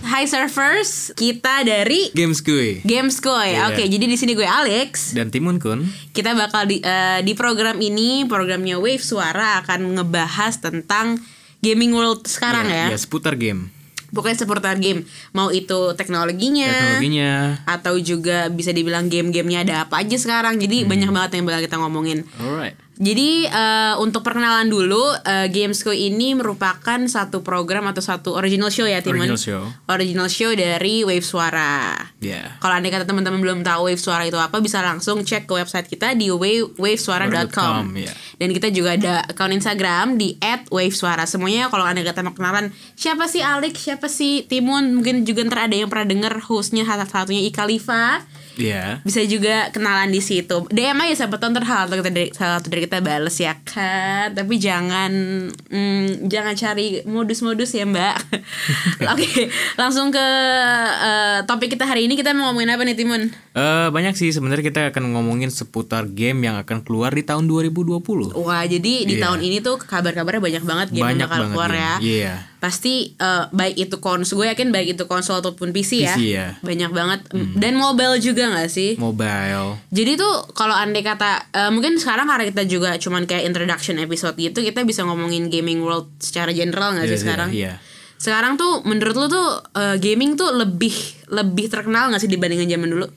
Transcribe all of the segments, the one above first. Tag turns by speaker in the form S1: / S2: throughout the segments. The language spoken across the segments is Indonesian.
S1: Hai surfers, kita dari
S2: Games Kui
S1: Gamescoy.
S2: Iya.
S1: Oke, jadi di sini gue Alex.
S2: dan Timun Kun.
S1: Kita bakal di eh, di program ini, programnya Wave Suara akan ngebahas tentang gaming world sekarang
S2: Iya,
S1: ya.
S2: seputar game.
S1: Pokoknya seputar game, mau itu teknologinya,
S2: Teknologinya.
S1: atau juga bisa dibilang game-gamenya ada apa aja sekarang. Jadi
S2: Hmm.
S1: banyak banget yang bakal kita ngomongin.
S2: Alright.
S1: Jadi eh, untuk perkenalan dulu, eh, Gamesco ini merupakan satu program atau satu original show ya, Timon.
S2: Original show.
S1: Original show dari Wave Suara.
S2: Ya.
S1: Kalau andai kata teman-teman belum tahu Wave Suara itu apa, bisa langsung cek ke website kita di wave wavesuara.com.
S2: Iya.
S1: Dan kita juga ada akun Instagram di @wavesuara. Semuanya kalau andai kata mau kenalan, siapa sih Alex, siapa sih Timun, mungkin juga ntar ada yang pernah denger hostnya salah satunya Ika Liva.
S2: Iya.
S1: Bisa juga kenalan di situ. DM aja siapa tahu ntar salah satu kita dari, salah satu dari kita bales ya kan. Tapi jangan mm, jangan cari modus-modus ya Mbak. Oke, langsung ke eh, topik kita hari ini kita mau ngomongin apa nih Timun?
S2: Eh, banyak sih sebenarnya kita akan ngomongin seputar game yang akan keluar di tahun 2020.
S1: Wah, jadi di
S2: Iya.
S1: tahun ini tuh kabar-kabarnya banyak banget game yang
S2: banyak
S1: bakal
S2: banget.
S1: keluar
S2: game.
S1: ya.
S2: Iya.
S1: Pasti eh, baik itu konsol, gue yakin baik itu konsol ataupun PC, ya.
S2: PC ya.
S1: Banyak banget dan mobile juga gak sih?
S2: Mobile.
S1: Jadi tuh kalau andai kata eh, mungkin sekarang karena kita juga cuman kayak introduction episode gitu kita bisa ngomongin gaming world secara general nggak
S2: Iya,
S1: sih
S2: iya,
S1: sekarang?
S2: Iya.
S1: Sekarang tuh menurut lu tuh eh, gaming tuh lebih lebih terkenal nggak sih dibandingin zaman dulu?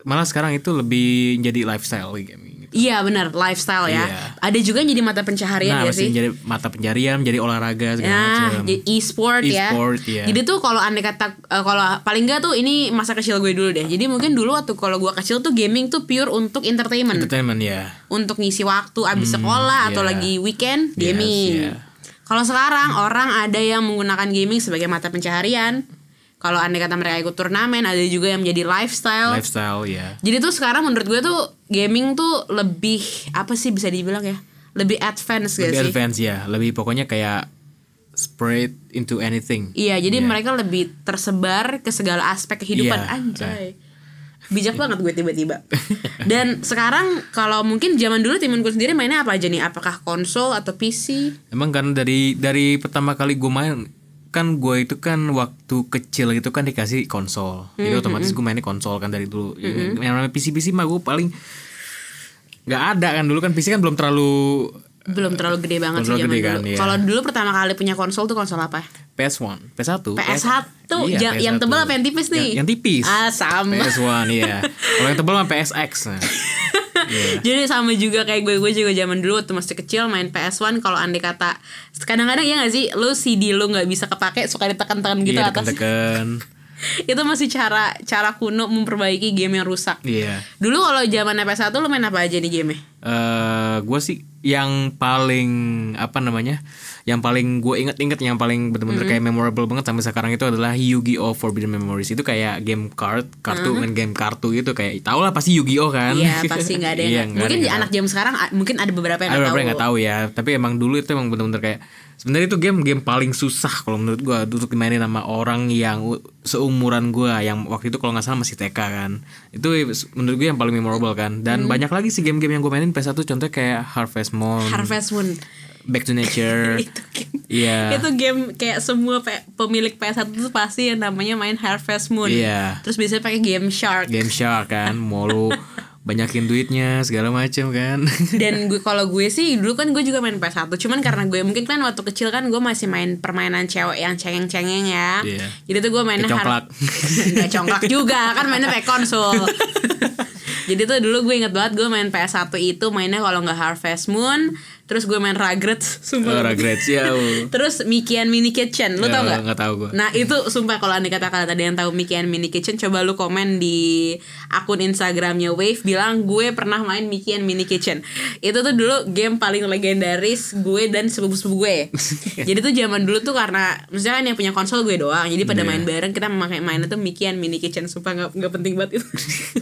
S2: Malah sekarang itu lebih jadi lifestyle gaming.
S1: Iya benar lifestyle ya.
S2: Iya.
S1: Ada juga yang jadi mata pencaharian
S2: Nah,
S1: ya sih.
S2: masih jadi mata pencarian, jadi olahraga segala
S1: Nah,
S2: macam.
S1: jadi e-sport ya.
S2: E-sport, iya.
S1: Jadi tuh kalau andai kata eh, kalau paling enggak tuh ini masa kecil gue dulu deh. Jadi mungkin dulu waktu kalau gue kecil tuh gaming tuh pure untuk entertainment.
S2: Entertainment ya.
S1: untuk ngisi waktu abis sekolah atau
S2: iya.
S1: lagi weekend
S2: Yes,
S1: gaming.
S2: iya.
S1: Kalau sekarang orang ada yang menggunakan gaming sebagai mata pencaharian. Kalau andai kata mereka ikut turnamen, ada juga yang menjadi lifestyle.
S2: Lifestyle ya.
S1: Jadi tuh sekarang menurut gue tuh gaming tuh lebih apa sih bisa dibilang ya? Lebih advance gak
S2: Lebih
S1: Iya sih?
S2: advance ya. Lebih pokoknya kayak spread into anything.
S1: Iya, jadi
S2: Iya.
S1: mereka lebih tersebar ke segala aspek kehidupan
S2: Iya,
S1: anjay. Bijak banget gue tiba-tiba. Dan sekarang kalau mungkin zaman dulu timun gue sendiri mainnya apa aja nih? Apakah konsol atau PC?
S2: Emang karena dari dari pertama kali gue main kan gue itu kan waktu kecil gitu kan dikasih konsol.
S1: Hmm,
S2: Jadi otomatis gue mainnya konsol kan dari dulu. Yang namanya PC-PC mah gue paling nggak ada kan dulu kan PC kan belum terlalu
S1: belum terlalu gede banget sih
S2: Belum terlalu
S1: zaman
S2: gede kan,
S1: dulu.
S2: iya.
S1: Kalau dulu pertama kali punya konsol tuh konsol apa? ya?
S2: PS1, PS1,
S1: PS1.
S2: Iya,
S1: Ja- yang tebal apa yang tipis nih?
S2: Ya, Yang, yang tipis.
S1: Ah sama.
S2: PS1 iya. Kalau yang tebal mah PSX. Nah.
S1: Jadi sama juga kayak gue gue juga zaman dulu waktu masih kecil main PS1 kalau andai kata kadang-kadang ya gak sih lu CD lu nggak bisa kepake suka ditekan-tekan gitu
S2: Iya,
S1: atas.
S2: deken-deken.
S1: Itu masih cara cara kuno memperbaiki game yang rusak.
S2: Iya.
S1: Dulu kalau zaman PS1 lu main apa aja nih game
S2: eh gue sih yang paling apa namanya yang paling gue inget-inget yang paling bener-bener
S1: Mm-hmm.
S2: kayak memorable banget sampai sekarang itu adalah Yu-Gi-Oh Forbidden Memories itu kayak game card kartu main game kartu gitu kayak tau lah pasti Yu-Gi-Oh kan
S1: Mm-hmm. Iya pasti nggak ada yang
S2: Iya,
S1: mungkin
S2: ada
S1: di
S2: yang
S1: anak zaman sekarang a- mungkin ada beberapa yang
S2: ada
S1: nggak
S2: beberapa
S1: tahu.
S2: yang nggak tahu ya tapi emang dulu itu emang bener-bener kayak sebenarnya itu game game paling susah kalau menurut gua untuk dimainin sama orang yang u- seumuran gua yang waktu itu kalau nggak salah masih TK kan itu menurut gue yang paling memorable kan dan
S1: Hmm.
S2: banyak lagi sih game-game yang gue mainin PS1 contohnya kayak Harvest Moon
S1: Harvest Moon
S2: Back to Nature
S1: itu game
S2: iya
S1: itu game kayak semua pe- pemilik PS1 tuh pasti yang namanya main Harvest Moon.
S2: Iya.
S1: Terus biasanya pakai game Shark.
S2: Game Shark kan mau lu banyakin duitnya segala macem kan
S1: Dan gue kalau gue sih dulu kan gue juga main PS1, cuman karena gue mungkin kan waktu kecil kan gue masih main permainan cewek yang cengeng-cengeng ya.
S2: Iya.
S1: Jadi tuh gue mainnya
S2: Kecongklak.
S1: har- Nggak congklak juga, kan mainnya pakai konsol. Jadi tuh dulu gue inget banget gue main PS1 itu mainnya kalau nggak Harvest Moon, terus gue main Rugrats,
S2: oh,
S1: sumpah.
S2: regrets ya lu.
S1: Terus Mickey and Mini Kitchen, lu tau
S2: Ya,
S1: gak?
S2: nggak tahu gua.
S1: Nah itu sumpah kalau andai kata kalian ada yang tahu Mickey and Mini Kitchen Coba lu komen di akun Instagramnya Wave Bilang gue pernah main Mickey and Mini Kitchen Itu tuh dulu game paling legendaris gue dan sepupu-sepupu gue Jadi tuh zaman dulu tuh karena Misalnya kan yang punya konsol gue doang Jadi pada
S2: Iya.
S1: main bareng kita memakai mainnya tuh Mickey and Mini Kitchen Sumpah gak, nggak penting banget itu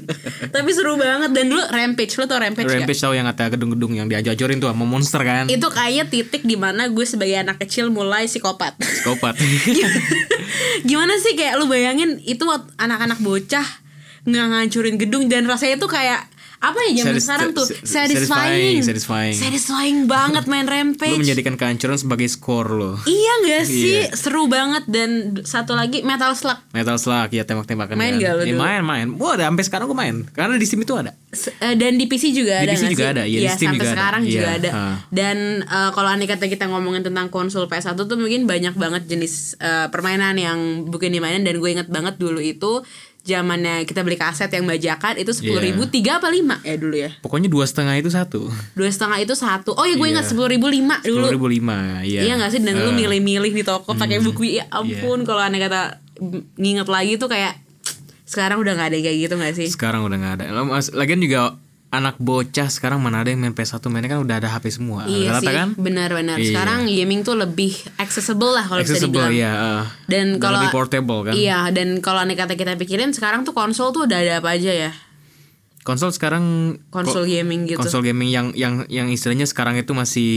S1: Tapi seru banget Dan dulu Rampage, lu tau Rampage, nggak? Iya.
S2: Rampage tau yang kata gedung-gedung yang diajajorin tuh sama monster kan
S1: Itu kayaknya titik dimana gue sebagai anak kecil mulai psikopat
S2: Skopat
S1: gimana sih kayak lu bayangin itu wak- anak-anak bocah nggak ngancurin gedung dan rasanya tuh kayak apa ya zaman
S2: Satis-
S1: sekarang tuh
S2: sa-
S1: satisfying
S2: satisfying, satisfying.
S1: Satisfying banget main rampage
S2: Lu menjadikan kehancuran sebagai skor lo.
S1: iya gak sih seru banget dan satu lagi metal slug
S2: Metal Slug ya tembak-tembakan.
S1: Main
S2: kan.
S1: nggak lu
S2: Ya,
S1: dulu?
S2: main, main. Wah, ada sampai sekarang gue main. Karena di Steam itu ada.
S1: S- eh, dan di PC juga
S2: Di
S1: ada
S2: PC
S1: nggak
S2: juga
S1: sih?
S2: ada, iya, di
S1: Iya,
S2: Steam
S1: sampai
S2: juga ada.
S1: sekarang juga
S2: Iya,
S1: ada.
S2: ha.
S1: Dan eh, kalau andai kata kita ngomongin tentang konsol PS1 tuh mungkin banyak banget jenis eh, permainan yang mungkin dimainin dan gue inget banget dulu itu zamannya kita beli kaset yang bajakan itu sepuluh ribu
S2: Iya.
S1: tiga apa lima ya dulu ya
S2: Pokoknya dua setengah itu satu.
S1: dua setengah itu satu oh ya gue inget sepuluh ribu lima dulu
S2: Iya. Sepuluh ribu lima. Iya. Hmm,
S1: Iya gak sih dan lu
S2: Eh,
S1: milih-milih di toko pakai buku ya ampun kalau aneh kata mm, nginget lagi tuh kayak sekarang udah nggak ada yang kayak gitu gak sih
S2: Sekarang udah nggak ada. Lah, mas- Lagian juga anak bocah sekarang mana ada yang main PS1 mainnya kan udah ada HP semua.
S1: Iya
S2: Rata
S1: sih
S2: kan?
S1: benar-benar
S2: Iya.
S1: sekarang gaming tuh lebih accessible lah kalau bisa
S2: Accessible
S1: dibilang
S2: ya. eh.
S1: Dan kalau-
S2: lebih portable kan.
S1: Iya dan kalau aneh kata kita pikirin sekarang tuh konsol tuh udah ada apa aja ya
S2: Konsol sekarang
S1: konsol gaming gitu
S2: konsol gaming yang yang yang istilahnya sekarang itu masih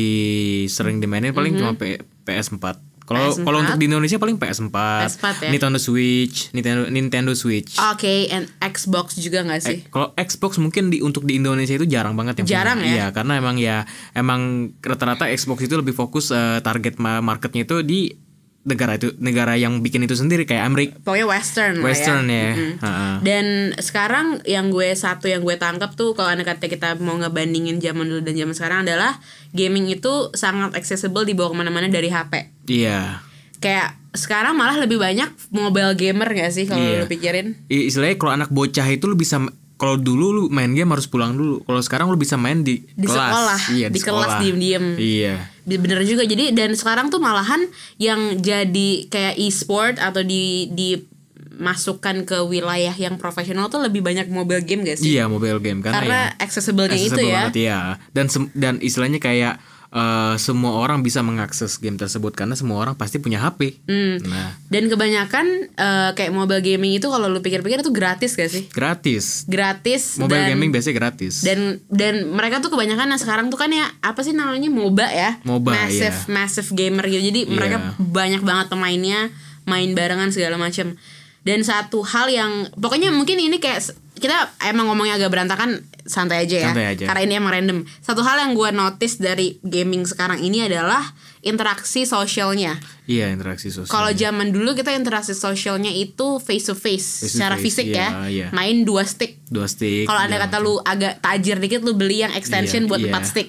S2: sering dimainin
S1: Mhm.
S2: paling cuma P- PS4. Kalau
S1: PS4.
S2: kalau untuk di Indonesia paling PS4,
S1: PS4 ya.
S2: Nintendo Switch, Nintendo Nintendo Switch.
S1: Oke and Xbox juga gak sih
S2: Kalau Xbox mungkin di untuk di Indonesia itu jarang banget yang punya.
S1: Jarang ya?
S2: Iya, karena emang ya emang rata-rata Xbox itu lebih fokus eh, target ma- marketnya itu di negara itu negara yang bikin itu sendiri kayak Amerika
S1: pokoknya Western, lah ya.
S2: Eh, Western ya. Ha-ha.
S1: Dan sekarang yang gue satu yang gue tangkap tuh kalau anak kata kita mau ngebandingin zaman dulu dan zaman sekarang adalah gaming itu sangat accessible dibawa kemana-mana dari HP.
S2: Iya.
S1: Kayak sekarang malah lebih banyak mobile gamer gak sih kalau
S2: Iya.
S1: lu pikirin?
S2: I- Istilahnya kalau anak bocah itu lu bisa kalau dulu lu main game harus pulang dulu. Kalau sekarang lu bisa main di,
S1: Di
S2: kelas.
S1: sekolah,
S2: Iya,
S1: di kelas diem-diem.
S2: Iya.
S1: bener juga jadi dan sekarang tuh malahan yang jadi kayak e-sport atau di dimasukkan ke wilayah yang profesional tuh lebih banyak mobile game gak sih?
S2: Iya, mobile game karena, ya-
S1: Karena accessible-nya itu
S2: accessible
S1: ya.
S2: banget, iya. Dan sem- dan istilahnya kayak eh, semua orang bisa mengakses game tersebut karena semua orang pasti punya HP. Nah,
S1: Hmm. Dan kebanyakan eh, kayak mobile gaming itu kalau lu pikir-pikir itu gratis gak sih?
S2: gratis.
S1: Gratis
S2: Mobile
S1: dan
S2: gaming biasanya gratis.
S1: dan dan mereka tuh kebanyakan yang sekarang tuh kan ya apa sih namanya MOBA ya?
S2: MOBA,
S1: massive
S2: iya.
S1: massive gamer gitu. Jadi mereka banyak banget pemainnya, main barengan segala macam. Dan satu hal yang pokoknya mungkin ini kayak s- kita emang ngomongnya agak berantakan santai aja ya.
S2: Santai aja.
S1: Karena ini emang random. Satu hal yang gue notice dari gaming sekarang ini adalah interaksi sosialnya.
S2: iya, interaksi sosial.
S1: Kalau zaman dulu kita interaksi sosialnya itu face to face,
S2: Face to
S1: secara
S2: face,
S1: fisik ya.
S2: iya, iya.
S1: Main dua stick.
S2: dua stick. iya.
S1: Kalau ada
S2: dan-
S1: kata lu agak tajir dikit lu beli yang extension
S2: Iya,
S1: buat
S2: iya.
S1: empat stick.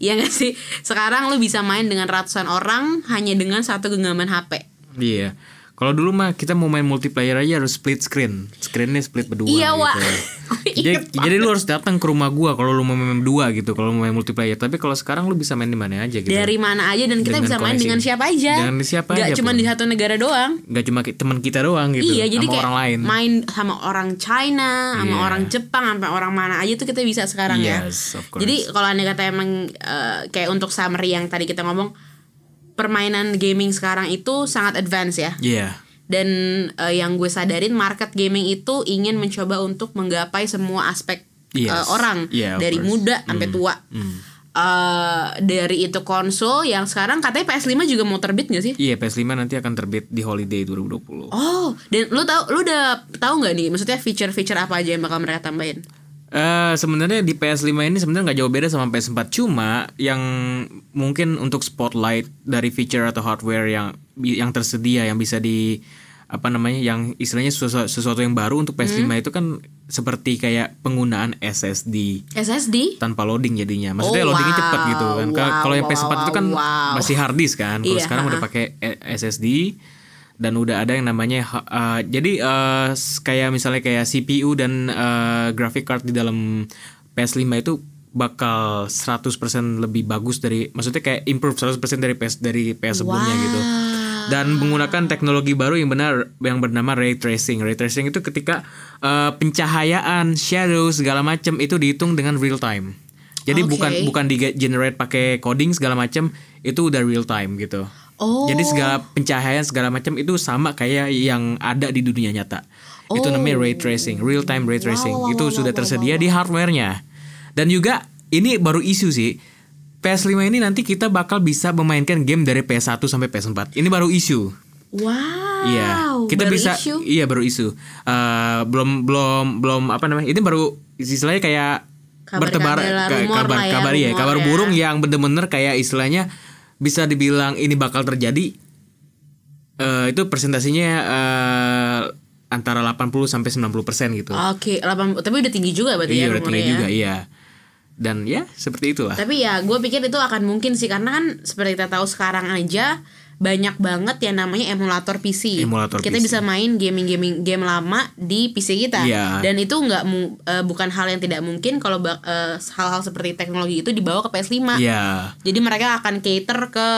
S1: Iya nggak sih? Sekarang lu bisa main dengan ratusan orang hanya dengan satu genggaman HP.
S2: Iya. Kalau dulu mah kita mau main multiplayer aja harus split screen. Screennya split berdua
S1: Iya,
S2: gitu.
S1: Wak. Iya.
S2: jadi, jadi lu harus datang ke rumah gua kalau lu mau main dua gitu, kalau mau main multiplayer. Tapi kalau sekarang lu bisa main di mana aja gitu.
S1: Dari mana aja dan kita
S2: Dengan
S1: bisa main
S2: koneksi.
S1: dengan siapa aja.
S2: Dengan siapa
S1: Nggak
S2: aja
S1: cuma
S2: pun.
S1: di satu negara doang.
S2: Gak cuma ki- teman kita doang gitu
S1: iya, jadi
S2: sama
S1: kayak
S2: orang lain.
S1: main sama orang China, sama
S2: Iya.
S1: orang Jepang, sampai orang mana aja tuh kita bisa sekarang
S2: Yes,
S1: ya.
S2: of course.
S1: Jadi kalau anda kata emang eh, kayak untuk summary yang tadi kita ngomong permainan gaming sekarang itu sangat advance ya.
S2: Iya.
S1: dan eh, yang gue sadarin market gaming itu ingin mencoba untuk menggapai semua aspek eh,
S2: Yes.
S1: orang
S2: Yeah, of
S1: dari
S2: course. Mm.
S1: muda sampai tua Eh, dari itu konsol yang sekarang katanya PS5 juga mau terbit gak sih
S2: Iya, PS5 nanti akan terbit di holiday 2020.
S1: oh dan lu tahu lu udah tahu nggak nih maksudnya feature-feature apa aja yang bakal mereka tambahin
S2: Eh sebenarnya di PS5 ini sebenarnya nggak jauh beda sama PS4 cuma yang mungkin untuk spotlight dari feature atau hardware yang yang tersedia yang bisa di apa namanya yang istilahnya sesuatu, sesuatu yang baru untuk PS5
S1: Hmm.
S2: itu kan seperti kayak penggunaan SSD
S1: SSD
S2: tanpa loading jadinya. Maksudnya
S1: Oh,
S2: loadingnya
S1: wow.
S2: cepat gitu kan. Ka-
S1: Wow,
S2: Kalau yang
S1: wow,
S2: PS4 itu
S1: wow,
S2: kan
S1: wow.
S2: masih hard disk kan. Kalau
S1: Iya,
S2: sekarang udah pakai e- SSD dan udah ada yang namanya ha- uh, jadi uh, s- kayak misalnya kayak CPU dan uh, graphic card di dalam PS5 itu bakal 100% lebih bagus dari maksudnya kayak improve 100% dari PS dari PS sebelumnya gitu. Dan menggunakan teknologi baru yang benar yang bernama ray tracing. Ray tracing itu ketika uh, pencahayaan, shadow segala macam itu dihitung dengan real time. Jadi
S1: Oke.
S2: bukan bukan di generate pakai coding segala macam itu udah real time gitu.
S1: Oh.
S2: Jadi segala pencahayaan segala macam itu sama kayak yang ada di dunia nyata. Itu
S1: Oh.
S2: namanya ray tracing, real time ray tracing. itu sudah tersedia di hardwarenya. Dan juga ini baru isu sih. PS5 ini nanti kita bakal bisa memainkan game dari PS1 sampai PS4. Ini baru isu.
S1: wow
S2: Iya, kita
S1: baru
S2: bisa
S1: issue.
S2: iya baru isu. Eh belum belum belum apa namanya? Ini baru istilahnya kayak
S1: Kabar
S2: bertebar
S1: kandela,
S2: ka-
S1: rumor
S2: kabar
S1: lah ya,
S2: kabar ya,
S1: rumor
S2: kabar
S1: ya.
S2: burung yang bener-bener kayak istilahnya bisa dibilang ini bakal terjadi eh, itu presentasinya eh, antara 80 sampai 90% gitu.
S1: Oke, 8 tapi udah tinggi juga berarti
S2: iya,
S1: ya
S2: udah tinggi
S1: rumornya Oh, ya.
S2: juga, iya. Dan ya, seperti itulah.
S1: Tapi ya gue pikir itu akan mungkin sih karena kan seperti kita tahu sekarang aja banyak banget yang namanya emulator PC.
S2: Emulator
S1: kita
S2: PC.
S1: bisa main gaming-gaming game lama di PC kita.
S2: Iya.
S1: Dan itu nggak mu- eh, bukan hal yang tidak mungkin kalau bak- eh, hal-hal seperti teknologi itu dibawa ke PS5.
S2: Iya.
S1: Jadi mereka akan cater ke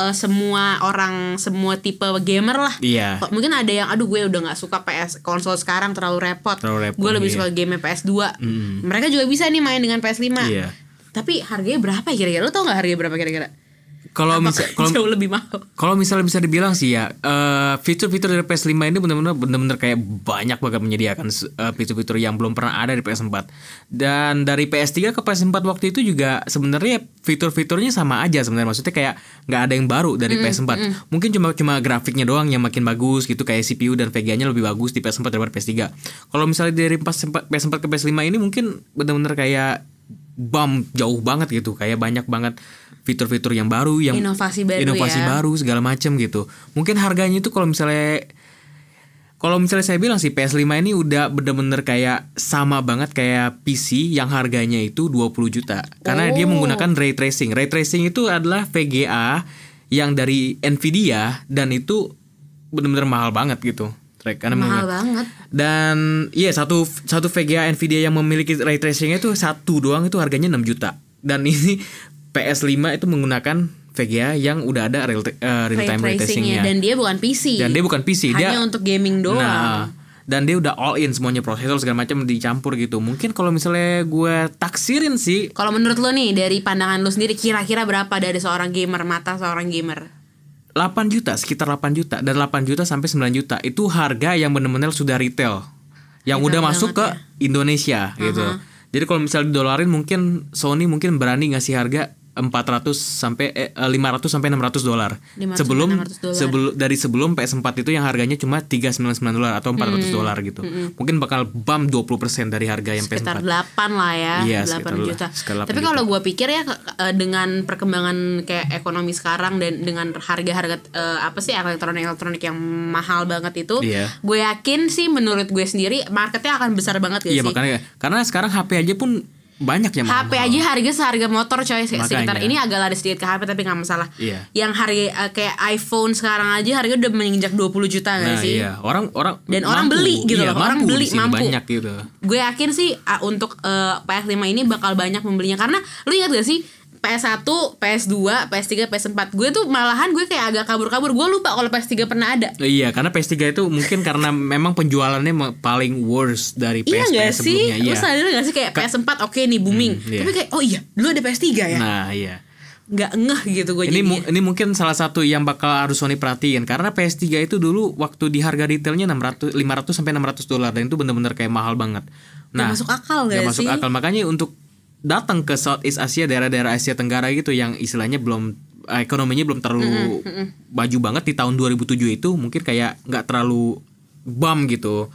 S1: eh, semua orang, semua tipe gamer lah.
S2: Iya.
S1: Kok- Mungkin ada yang aduh gue udah nggak suka PS konsol sekarang terlalu repot.
S2: Terlalu repot,
S1: gue lebih
S2: iya.
S1: suka game PS2. Mereka juga bisa nih main dengan PS5.
S2: Iya.
S1: Tapi harganya berapa ya kira-kira? Lo tau gak harganya berapa kira-kira?
S2: Kalau
S1: Apakah
S2: Oh, misal kalau
S1: jauh lebih mahal.
S2: kalau misalnya bisa dibilang sih ya, eh, fitur-fitur dari PS5 ini benar-benar benar-benar kayak banyak banget menyediakan eh, fitur-fitur yang belum pernah ada di PS4. Dan dari PS3 ke PS4 waktu itu juga sebenarnya fitur-fiturnya sama aja sebenarnya. Maksudnya kayak nggak ada yang baru
S1: Mm,
S2: dari PS4. Mungkin cuma cuma grafiknya doang yang makin bagus gitu kayak CPU dan VGA-nya lebih bagus di PS4 daripada PS3. Kalau misalnya dari PS4 PS4 ke PS5 ini mungkin benar-benar kayak bam jauh banget gitu kayak banyak banget fitur-fitur yang baru yang
S1: Inovasi baru
S2: inovasi
S1: ya.
S2: baru segala macam gitu. Mungkin harganya itu kalau misalnya kalau misalnya saya bilang sih PS5 ini udah bener-bener kayak sama banget kayak PC yang harganya itu 20 juta. Karena dia menggunakan ray tracing. Ray tracing itu adalah VGA yang dari Nvidia dan itu bener-bener mahal banget gitu. Trek, Karena
S1: Mahal
S2: menggunakan-
S1: banget.
S2: dan iya satu satu VGA Nvidia yang memiliki ray tracingnya itu satu doang itu harganya 6 juta. Dan ini PS5 itu menggunakan VGA yang udah ada real, eh, real
S1: Ray
S2: time ray
S1: tracingnya.
S2: tracingnya.
S1: Dan dia bukan PC.
S2: Dan dia bukan PC, dia-
S1: Hanya untuk gaming doang.
S2: Nah, dan dia udah all in semuanya prosesor segala macam dicampur gitu. Mungkin kalau misalnya gue taksirin sih
S1: Kalau menurut lo nih dari pandangan lo sendiri kira-kira berapa dari seorang gamer mata seorang gamer?
S2: 8 juta, sekitar 8 juta dan 8 juta sampai 9 juta itu harga yang benar-benar sudah retail. Yang
S1: Retail
S2: udah masuk ke
S1: banget ya?
S2: Indonesia gitu. Jadi kalau misalnya dolarin mungkin Sony mungkin berani ngasih harga 400 sampai eh, 500 sampai 600 dolar.
S1: 500 sampai
S2: Sebelum
S1: 600 dolar.
S2: sebelum dari sebelum PS4 itu yang harganya cuma 399 dolar atau 400
S1: Hmm.
S2: dolar gitu. Mungkin bakal bam 20% dari harga yang
S1: sekitar
S2: PS4.
S1: 8 lah ya,
S2: Iya,
S1: 8
S2: sekitar lah,
S1: juta.
S2: sekitar 8
S1: Tapi
S2: juta.
S1: kalau gua pikir ya ke- eh, dengan perkembangan kayak ekonomi sekarang dan dengan harga-harga eh, apa sih elektronik-elektronik yang mahal banget itu,
S2: Iya.
S1: gue yakin sih menurut gue sendiri marketnya akan besar banget ya
S2: Iya
S1: sih.
S2: makanya karena sekarang HP aja pun banyak yang
S1: HP aja harga seharga motor coy Se-
S2: Makanya.
S1: sekitar ini agak laris sedikit ke HP tapi nggak masalah.
S2: Iya.
S1: Yang harga eh, kayak iPhone sekarang aja harga udah menginjak 20 juta nggak
S2: Nah,
S1: sih?
S2: iya, orang orang
S1: Dan orang beli gitu
S2: Iya,
S1: loh, orang
S2: mampu di
S1: beli,
S2: sini,
S1: mampu.
S2: banyak gitu.
S1: gue yakin sih ah, untuk eh, PS5 ini bakal banyak membelinya karena lu ingat gak sih PS1, PS2, PS3, PS4 gue tuh malahan gue kayak agak kabur-kabur gue lupa kalau PS3 pernah ada
S2: Iya, karena PS3 itu mungkin karena memang penjualannya me- paling worst dari PS
S1: iya gak sih
S2: sebelumnya.
S1: lu
S2: Iya.
S1: sadar gak sih kayak PS4 oke nih booming
S2: Hmm, iya.
S1: tapi kayak oh iya dulu ada PS3 ya
S2: Nah, iya.
S1: nggak ngeh gitu gue
S2: Ini
S1: jadi
S2: mu- ini mungkin salah satu yang bakal harus Sony perhatiin karena PS3 itu dulu waktu di harga retailnya 600 500 sampai 600 dolar dan itu bener-bener kayak mahal banget. Nah,
S1: masuk akal
S2: nggak
S1: gak,
S2: masuk
S1: sih
S2: akal makanya untuk datang ke Southeast Asia daerah-daerah Asia Tenggara gitu yang istilahnya belum eh, ekonominya belum terlalu baju banget di tahun 2007 itu mungkin kayak nggak terlalu bam gitu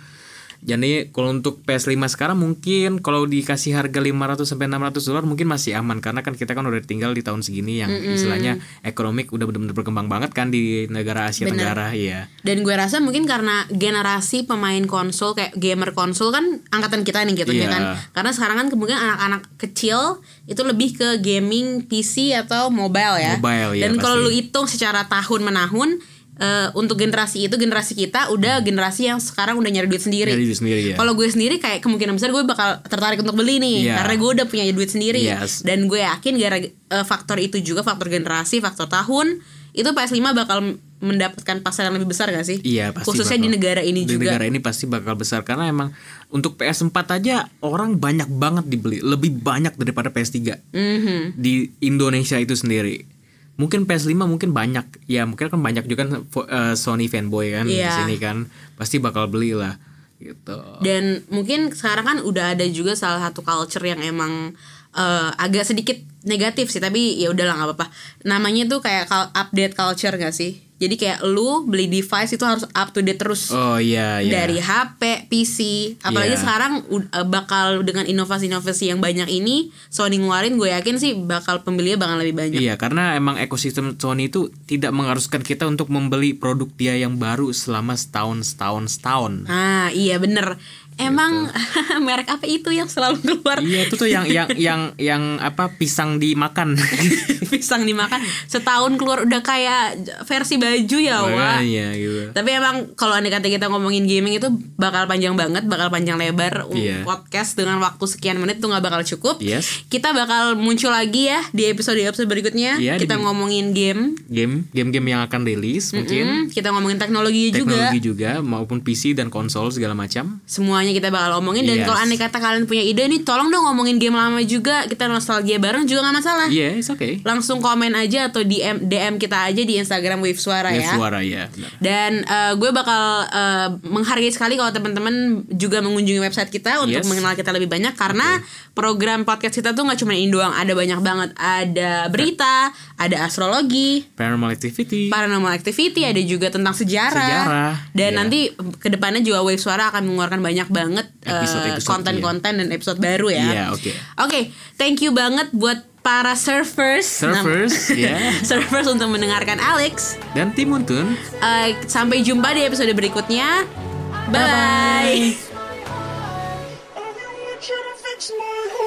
S2: jadi kalau untuk PS5 sekarang mungkin kalau dikasih harga 500 sampai 600 dolar mungkin masih aman karena kan kita kan udah tinggal di tahun segini yang istilahnya ekonomik udah benar-benar berkembang banget kan di negara Asia Tenggara iya.
S1: dan gue rasa mungkin karena generasi pemain konsol kayak gamer konsol kan angkatan kita nih gitu ya
S2: Iya.
S1: kan karena sekarang kan kemungkinan anak-anak kecil itu lebih ke gaming PC atau mobile ya
S2: Mobile, iya,
S1: dan kalau lu
S2: pasti.
S1: hitung secara tahun menahun eh, untuk generasi itu generasi kita udah generasi yang sekarang udah nyari duit sendiri
S2: Nyari duit sendiri, ya.
S1: kalau gue sendiri kayak kemungkinan besar gue bakal tertarik untuk beli nih
S2: Iya.
S1: karena gue udah punya duit sendiri
S2: Yes.
S1: dan gue yakin gara eh, faktor itu juga faktor generasi faktor tahun itu PS5 bakal mendapatkan pasar yang lebih besar gak sih
S2: Iya pasti
S1: khususnya
S2: bakal.
S1: di negara ini
S2: Di
S1: juga
S2: negara ini pasti bakal besar karena emang untuk PS4 aja orang banyak banget dibeli, lebih banyak daripada PS3
S1: Mhm.
S2: di Indonesia itu sendiri. Mungkin PS5 mungkin banyak, ya mungkin kan banyak juga kan fo- eh, Sony fanboy kan di
S1: Iya.
S2: sini kan pasti bakal beli lah gitu.
S1: dan mungkin sekarang kan udah ada juga salah satu culture yang emang eh, agak sedikit negatif sih tapi ya udahlah nggak apa-apa namanya tuh kayak kal- update culture gak sih jadi kayak lu beli device itu harus up to date terus
S2: Oh iya iya.
S1: dari HP PC apalagi
S2: Iya.
S1: sekarang ud- eh, bakal dengan inovasi-inovasi yang banyak ini Sony ngeluarin gue yakin sih bakal pembelinya bakal lebih banyak
S2: Iya, karena emang ekosistem Sony itu tidak mengharuskan kita untuk membeli produk dia yang baru selama setahun, setahun, setahun.
S1: ah iya bener emang merek apa itu yang selalu keluar
S2: Gitu. Iya, itu tuh yang yang yang yang apa pisang dimakan.
S1: pisang dimakan setahun keluar udah kayak versi baju ya
S2: Iya.
S1: wah
S2: Makanya gitu.
S1: Tapi emang kalau andai kata kita ngomongin gaming itu bakal panjang banget, bakal panjang lebar Um,
S2: Iya.
S1: podcast dengan waktu sekian menit tuh nggak bakal cukup.
S2: Yes.
S1: Kita bakal muncul lagi ya di episode episode berikutnya.
S2: Iya,
S1: kita
S2: di-
S1: ngomongin game,
S2: Game game-game yang akan rilis mungkin
S1: Hmm, kita ngomongin teknologi,
S2: teknologi
S1: juga.
S2: juga. maupun PC dan konsol segala macam.
S1: Semuanya kita bakal omongin dan
S2: Yes.
S1: kalau andai kata kalian punya ide nih, tolong dong ngomongin game lama juga. Kita nostalgia bareng juga nggak masalah.
S2: Iya, it's okay.
S1: Langsung komen aja atau DM DM kita aja di Instagram Wave Suara
S2: Ya,
S1: ya.
S2: suara ya. benar.
S1: Dan eh, gue bakal eh, menghargai sekali kalau teman-teman juga mengunjungi website kita untuk
S2: Yes.
S1: mengenal kita lebih banyak karena program podcast kita tuh nggak cuma ini doang, ada banyak banget, ada berita, ada astrologi,
S2: Paranormal Activity.
S1: paranormal activity, ada juga tentang sejarah.
S2: Hmm. Sejarah,
S1: Dan
S2: iya.
S1: nanti kedepannya juga Wave Suara akan mengeluarkan banyak banget eh,
S2: Episode-episode,
S1: konten-konten dan episode baru ya.
S2: Iya, oke.
S1: Oke, thank you banget buat para surfers,
S2: Surfers, ya.
S1: surfers untuk mendengarkan Alex.
S2: Dan Timuntun.
S1: Eh, sampai jumpa di episode berikutnya. Bye.
S2: Bye-bye.
S3: I don't want you to fix my heart.